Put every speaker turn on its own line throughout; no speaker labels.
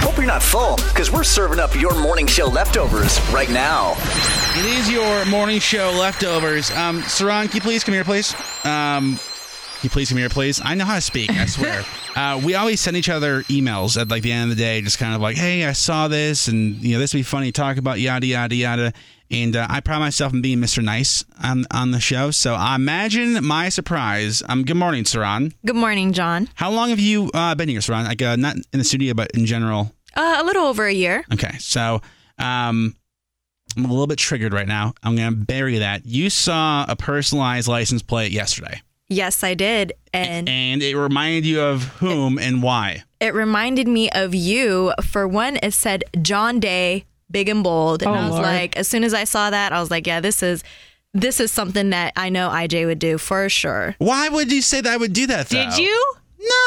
Hope you're not full, because we're serving up your morning show leftovers right now.
It is your morning show leftovers. Um, Saran, can you please come here, please? Um, can you please come here, please? I know how to speak. I swear. uh, we always send each other emails at like the end of the day, just kind of like, "Hey, I saw this, and you know this would be funny. Talk about yada yada yada." And uh, I pride myself on being Mr. Nice on on the show, so I imagine my surprise. Um, good morning, Saran.
Good morning, John.
How long have you uh, been here, Saran? Like, uh, not in the studio, but in general.
Uh, a little over a year.
Okay, so um, I'm a little bit triggered right now. I'm gonna bury that. You saw a personalized license plate yesterday,
Yes, I did. And
and it reminded you of whom and why.
it reminded me of you. For one, it said John Day, big and bold. And I was like, as soon as I saw that, I was like, yeah, this is this is something that I know IJ would do for sure.
Why would you say that I would do that? Though?
Did you?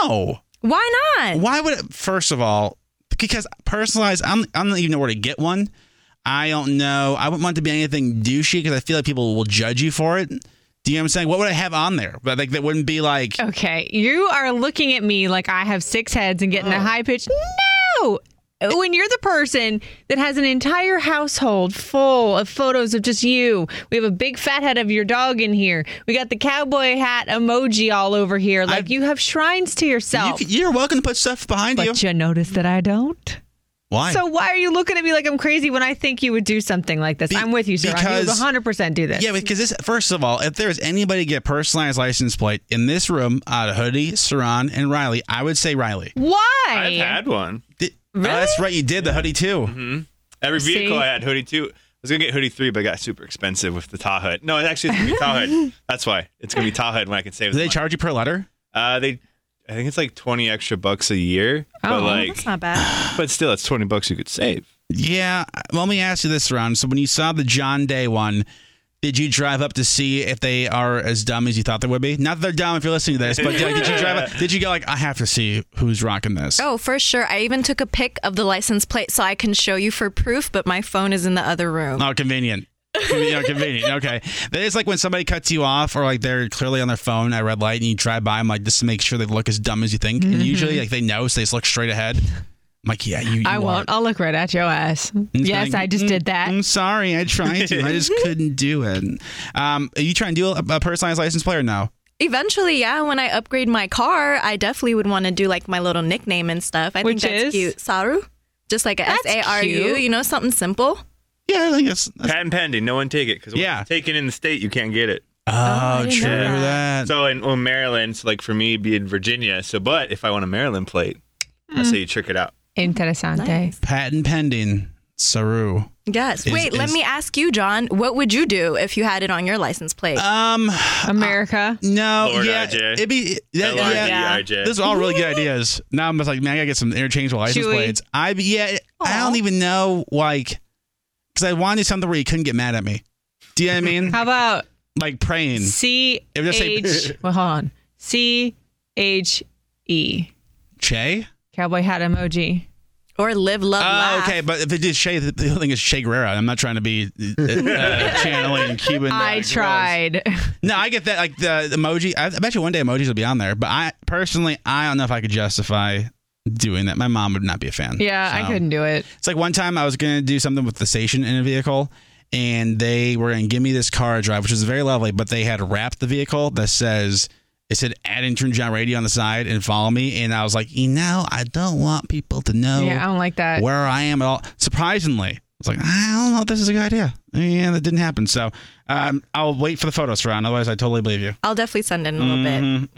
No.
Why not?
Why would? It, first of all, because personalized, I'm, I don't even know where to get one. I don't know. I wouldn't want it to be anything douchey because I feel like people will judge you for it. Do you know what I'm saying? What would I have on there? But like that wouldn't be like.
Okay, you are looking at me like I have six heads and
Oh.
getting a high pitch. No! When you're the person that has an entire household full of photos of just you, we have a big fat head of your dog in here. We got the cowboy hat emoji all over here. Like you have shrines to
You,
yourself.
c- you're welcome to put stuff behind you.
Oh. but you notice that I don't.
Why?
So why are you looking at me like I'm crazy when I think you would do something like this?
Be-
I'm with you, sir.
because-
you would 100% do this.
Yeah, because this first of all, if there's anybody to get personalized license plate in this room out of Hoodie, Saran, and Riley, I would say Riley.
why?
I've had one.
Did- oh, that's right, you did the hoodie too.
Every vehicle
See?
I had hoodie two. I was gonna get hoodie three, but it got super expensive with the Tahoe. No, it actually it's gonna be Tahoe. That's why it's gonna be Tahoe when I can save.
Do
the
they
money.
charge you per letter?
Uh, they, I think it's like twenty extra bucks a year.
Oh,
but like,
That's not bad.
but still, it's twenty bucks you could save.
Yeah. Well, let me ask you this, Saran. So when you saw the John Day one, did you drive up to see if they are as dumb as you thought they would be? Not that they're dumb if you're listening to this, but like, did you drive up? Did you go like, I have to see who's rocking this?
Oh, for sure. I even took a pic of the license plate so I can show you for proof, but my phone is in the other room.
Oh, convenient. you know, convenient. Okay. It's like when somebody cuts you off or like they're clearly on their phone at a red light and you drive by them like just to make sure they look as dumb as you think.
Mm-hmm.
And usually like they know, so they just look straight ahead. I'm like, yeah, you, you
I won't.
are.
I'll look right at your ass.
And it's
Yes,
like,
I just
"Mm,
did that.
I'm sorry. I tried to. I just couldn't do it. Um, are you trying to do a, a personalized license plate or no?
Eventually, yeah. When I upgrade my car, I definitely would want to do like my little nickname and stuff. I
Which
think that's
is?
cute. Saru, just like a S
That's
A R U.
cute.
You know, something simple.
Yeah, I think that's. that's
Patent pending. No one take it because
Yeah.
it's taken in the state, you can't get it.
oh,
didn't
true
know
that.
So in well, Maryland, so like for me, it'd be in Virginia. So, but if I want a Maryland plate,
Hmm.
I say you trick it out.
Interessante.
Nice.
Patent pending. Saru.
Yes.
Is-
Wait, let
is-
me ask you, John. What would you do if you had it on your license plate?
Um,
America.
no,
Lord
yeah,
IJ.
it'd be that, yeah,
L-I-D-I-J.
Those are all really good ideas. Now I'm just like, man, I gotta get some interchangeable license
Chewy.
plates. I yeah, it- I
Aw.
don't even know like, because I wanted something where you couldn't get mad at me. Do you know what I mean?
How about
like praying.
C
It would just
H?
say-
Well, hold on. C H E.
Che.
Cowboy hat emoji.
or live, love,
Oh,
laugh.
okay, but if it is Che, the the other thing is Che Guerrero. I'm not trying to be uh, uh, channeling Cuban. uh,
I
girls.
tried.
No, I get that. Like the the emoji. I, I bet you one day emojis will be on there. But I personally, I don't know if I could justify doing that. My mom would not be a fan.
yeah, I
So-
couldn't do it.
It's like one time I was going to do something with the station in a vehicle, and they were going to give me this car to drive, which was very lovely, but they had wrapped the vehicle that says, it said, add intern John Radio on the side and follow me. And I was like, you know, I don't want people to know
Yeah, I don't like that.
where I am at all. Surprisingly, it's like, I don't know if this is a good idea. Yeah, that didn't happen. So um, I'll wait for the photos around. Otherwise, I totally believe you.
I'll definitely send in a little bit.
Mm,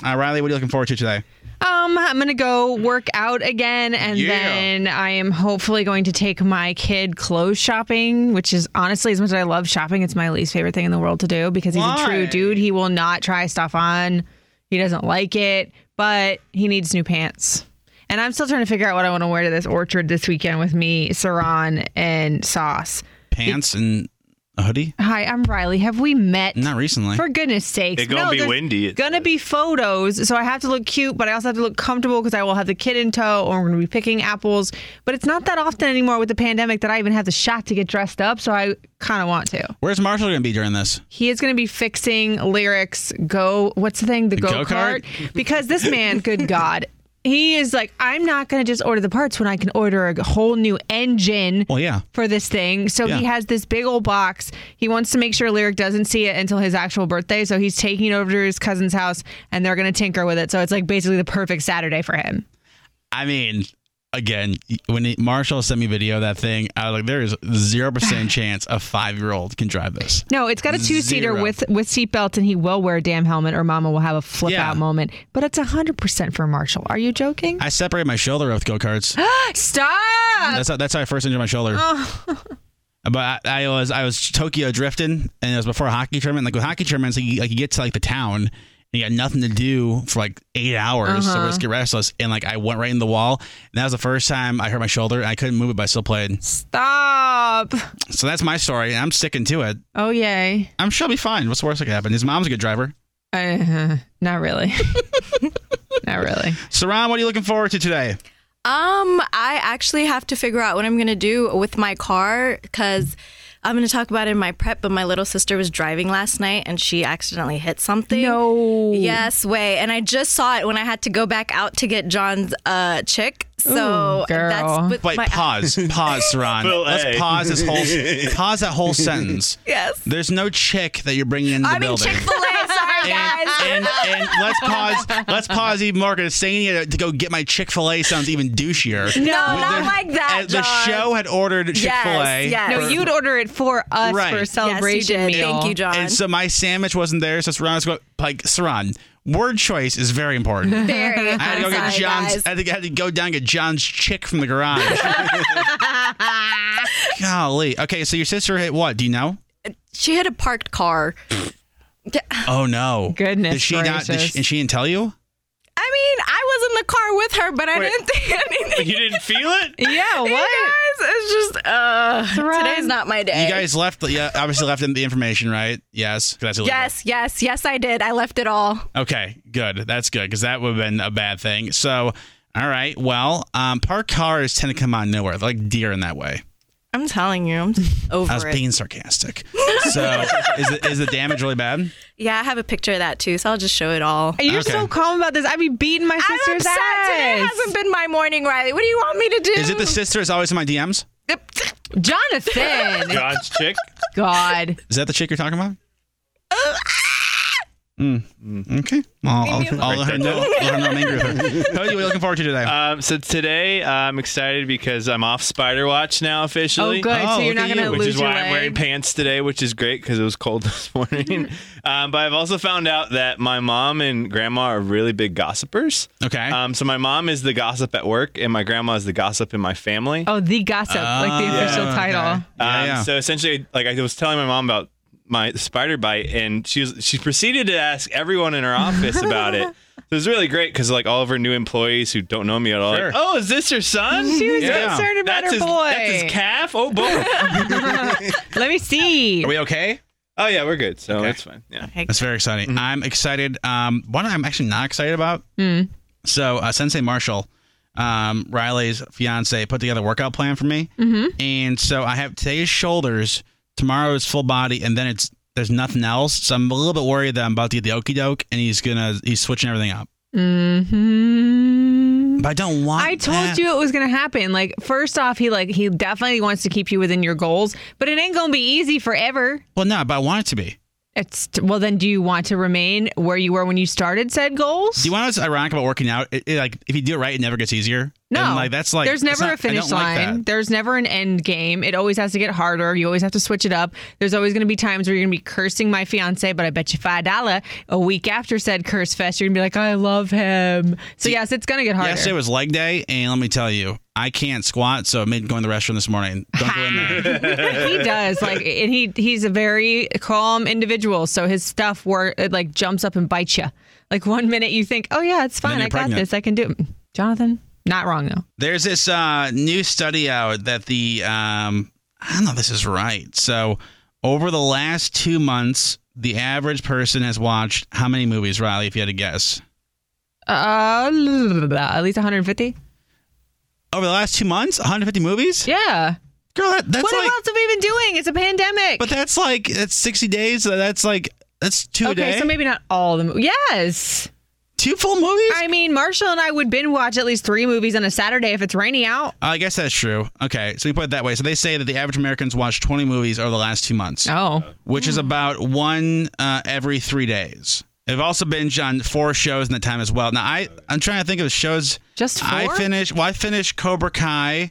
mhm. Uh, Riley, what are you looking forward to today?
Um, I'm gonna go work out again, and
Yeah.
then I am hopefully going to take my kid clothes shopping, which is honestly as much as I love shopping, it's my least favorite thing in the world to do because he's a
Why?
true dude. He will not try stuff on. He doesn't like it, but he needs new pants. And I'm still trying to figure out what I want to wear to this orchard this weekend with me, Saran, and Sauce.
Pants and a hoodie?
Hi, I'm Riley. Have we met?
Not recently.
For goodness sakes.
It gonna be
there's
windy, it
Gonna
says.
be photos. So I have to look cute, but I also have to look comfortable because I will have the kid in tow or we're gonna be picking apples. But it's not that often anymore with the pandemic that I even have the shot to get dressed up. So I kind of want to.
Where's Marshall going to be during this?
He is going to be fixing lyrics. Go, what's the thing? The, go
go-kart?
kart. Because this man, good God, he is like, I'm not going to just order the parts when I can order a whole new engine.
Well, yeah.
For this thing. So he
Yeah.
has this big old box. He wants to make sure Lyric doesn't see it until his actual birthday. So he's taking it over to his cousin's house and they're going to tinker with it. So it's like basically the perfect Saturday for him.
I mean, again, when he, Marshall sent me video of that thing, I was like, there is zero percent chance a five year old can drive this.
No, it's got a two seater
Zero.
with with seatbelts, and he will wear a damn helmet, or Mama will have a flip
Yeah.
out moment. But it's hundred percent for Marshall. Are you joking?
I separated my shoulder with go karts.
Uh, Stop!
That's how, that's how I first injured my shoulder. But I, I was I was Tokyo drifting, and it was before a hockey tournament. Like with hockey tournaments, like you, like you get to like the town, and you got nothing to do for like eight hours, so we just get restless. And like I went right in the wall, and that was the first time I hurt my shoulder. and I couldn't move it, but I still played.
Stop!
So that's my story, and I'm sticking to it.
Oh yay!
I'm sure I'll be fine. What's the worst that could happen? His mom's a good driver.
Uh, not really. not really.
Saran, what are you looking forward to today?
Um, I actually have to figure out what I'm gonna do with my car because I'm gonna talk about it in my prep. But my little sister was driving last night and she accidentally hit something.
No.
Yes, way. And I just saw it when I had to go back out to get John's uh chick. So
Ooh, girl.
that's with
Wait,
my
pause, pause, Saran.
Well,
Let's
hey.
pause this whole pause that whole sentence.
Yes.
There's no chick that you're bringing into the
I mean
building.
Chick Fil A. Sorry,
and,
guys.
and, and let's pause. Let's pause even more because saying it to go get my Chick Fil A sounds even douchier.
No, not like that,
The
John.
show had ordered Chick Fil A.
Yes, yes.
No, you'd order it for us
Right.
for a
Yes, you
celebration
yes, you did.
meal.
Thank you, John.
And so my sandwich wasn't there. So Saran was going like Saran. Word choice is very important.
Very.
I had to go get
sorry,
John's.
guys.
I had to, I had to go down and get John's chick from the garage. Golly. Okay, so your sister hit what? Do you know?
She had a parked car.
Oh no.
Goodness
Did she not? Did
gracious.
she, and she didn't tell you?
I mean, I was in the car with her, but I didn't think anything.
You didn't feel it?
Yeah. What?
Guys, it's just uh,
Saran.
today's not my day.
You guys left. the- Yeah, obviously left in the information, right? Yes. 'cause That's illegal.
Yes, yes, yes, I did. I left it all.
Okay. Good. That's good because that would have been a bad thing. So, all right. Well, um, parked cars tend to come out of nowhere. They're like deer in that way.
I'm telling you, I'm just over
I was
it.
being sarcastic. So, is the, is the damage really bad?
yeah, I have a picture of that too, so I'll just show it all.
You're
Okay.
so calm about this. I'd be beating my
I'm
sister's
upset. Today
ass.
hasn't been my morning, Riley. What do you want me to do?
Is it the sister? Is always in my DMs?
Jonathan.
God's chick.
God.
Is that the chick you're talking about? Mm. Okay. Well, I'll, I'll let her know. I'll let her know I'm angry with her. Cody, what are you looking forward to today?
Um, so today uh, I'm excited because I'm off Spider Watch now officially.
Oh, good.
Oh,
so you're
look
not
at
going to
you.
lose
which is
your
why
leg.
I'm wearing pants today, which is great because it was cold this morning. um, but I've also found out that my mom and grandma are really big gossipers.
okay.
Um, so my mom is the gossip at work, and my grandma is the gossip in my family.
Oh, the gossip,
Uh,
like the official
Okay.
title.
Um,
Yeah, yeah.
So essentially, like I was telling my mom about my spider bite, and she was she proceeded to ask everyone in her office about it. So it was really great because like all of her new employees who don't know me at all,
Sure.
like, oh, is this your son?
She was
Yeah.
concerned about
that's
her
his,
boy.
That's his calf. Oh boy.
Let me see.
Are we okay?
oh yeah, we're good. So it's fine. Yeah.
That's very exciting.
Mm-hmm.
I'm excited. Um, one I'm actually not excited about.
Hmm.
So uh, Sensei Marshall, um, Riley's fiance, put together a workout plan for me,
Mm-hmm.
and so I have today's shoulders, tomorrow's full body, and then it's there's nothing else. So I'm a little bit worried that I'm about to get the okey doke, and he's gonna he's switching everything up.
hmm
But I don't want.
I told
that.
you it was gonna happen. Like, first off, he like he definitely wants to keep you within your goals, but it ain't gonna be easy forever.
Well, no, but I want it to be.
It's well, then do you want to remain where you were when you started said goals?
Do you want to know what's ironic about working out? It, it, like if you do it right, it never gets easier.
no,
And, like that's like
there's
that's not-
never a
I don't
finish
like that.
line. there's never an end game. It always has to get harder. You always have to switch it up. There's always gonna be times where you're gonna be cursing my fiance, but I bet you five dollar a week after said curse fest, you're gonna be like, I love him. So yes, it's gonna get harder.
Yesterday was leg day, and let me tell you, I can't squat, so I made going to the restroom this morning. Don't go in there.
he does like and he he's a very calm individual so his stuff where it like jumps up and bites you like one minute you think oh yeah it's fine
you're
i got
pregnant.
this i can do it. jonathan Not wrong though.
There's this uh, new study out that the um, I don't know if this is right. So over the last two months, the average person has watched how many movies, Riley? If you had to guess,
Uh, at least 150.
over the last two months, 150 movies.
Yeah.
Girl, that, that's
What
like,
else have we been doing? It's a pandemic.
but that's like that's 60 days. So that's like that's two
okay,
days,
so maybe not all the mo- yes.
two full movies.
I mean, Marshall and I would binge watch at least three movies on a Saturday if it's rainy out.
I guess that's true. Okay, so you put it that way. So they say that the average Americans watched 20 movies over the last two months.
Oh,
which is about one uh, every three days. I've also binged on four shows in the time as well. Now I I'm trying to think of shows.
Just
I
four?
finished. Well, I finished Cobra Kai,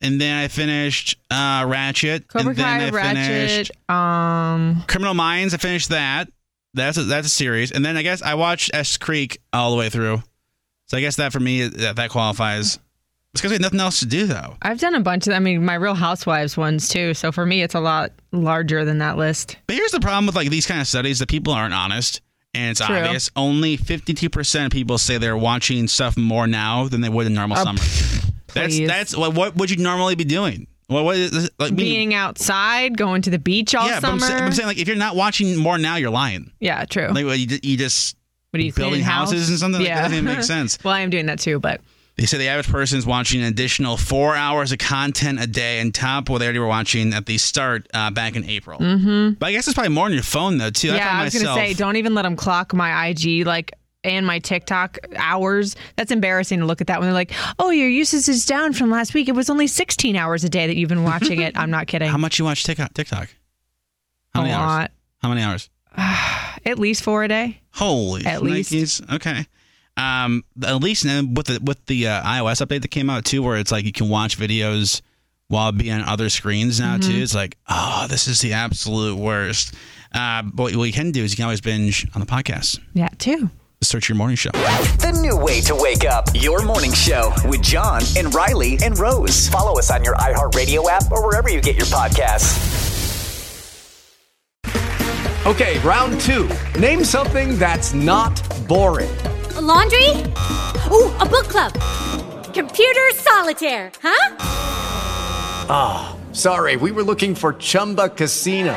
and then I finished uh, Ratchet.
Cobra
and then
Kai,
I
Ratchet.
finished
Um,
Criminal Minds. I finished that. That's a, that's a series. And then I guess I watched S Creek all the way through. So I guess that for me that that qualifies. It's because we had nothing else to do though.
I've done a bunch of. I mean, my Real Housewives ones too. So for me, it's a lot larger than that list.
But here's the problem with like these kind of studies that people aren't honest and it's
True.
obvious. Only 52% of people say they're watching stuff more now than they would in normal summer. That's
Uh, please.
that's what, what would you normally be doing? What what is like meaning-
Being outside, going to the beach all
yeah, but
summer.
I'm, saying, but I'm saying like if you're not watching more now, you're lying.
yeah, true.
Like what, you, ju- you just
what are you
building
cleaning house?
houses and something like
Yeah.
that doesn't even make sense.
Well, I am doing that too, but
They say the average person is watching an additional four hours of content a day on top of what they already were watching at the start uh, back in April. Mm-hmm. But I guess it's probably more on your phone though too.
yeah,
found
I was gonna
myself-
say, don't even let them clock my IG like and my TikTok hours. That's embarrassing to look at that when they're like, "Oh, your usage is down from last week. It was only 16 hours a day that you've been watching it." I'm not kidding.
How much you watch TikTok? TikTok? How
a
many hours?
lot,
How many hours?
at least four a day.
Holy
At least.
Nikes. Okay. Um, at least now with the with the uh, iOS update that came out too, where it's like you can watch videos while being on other screens now
Mm-hmm.
too. It's like, oh, this is the absolute worst. Uh, but what you can do is you can always binge on the podcast.
Yeah, two.
Search your morning show.
The new way to wake up. Your morning show with John and Riley and Rose. Follow us on your iHeartRadio app or wherever you get your podcasts.
Okay, round two. Name something that's not boring.
laundry? Ooh, a book club. Computer solitaire, huh?
Sorry, we were looking for Chumba Casino.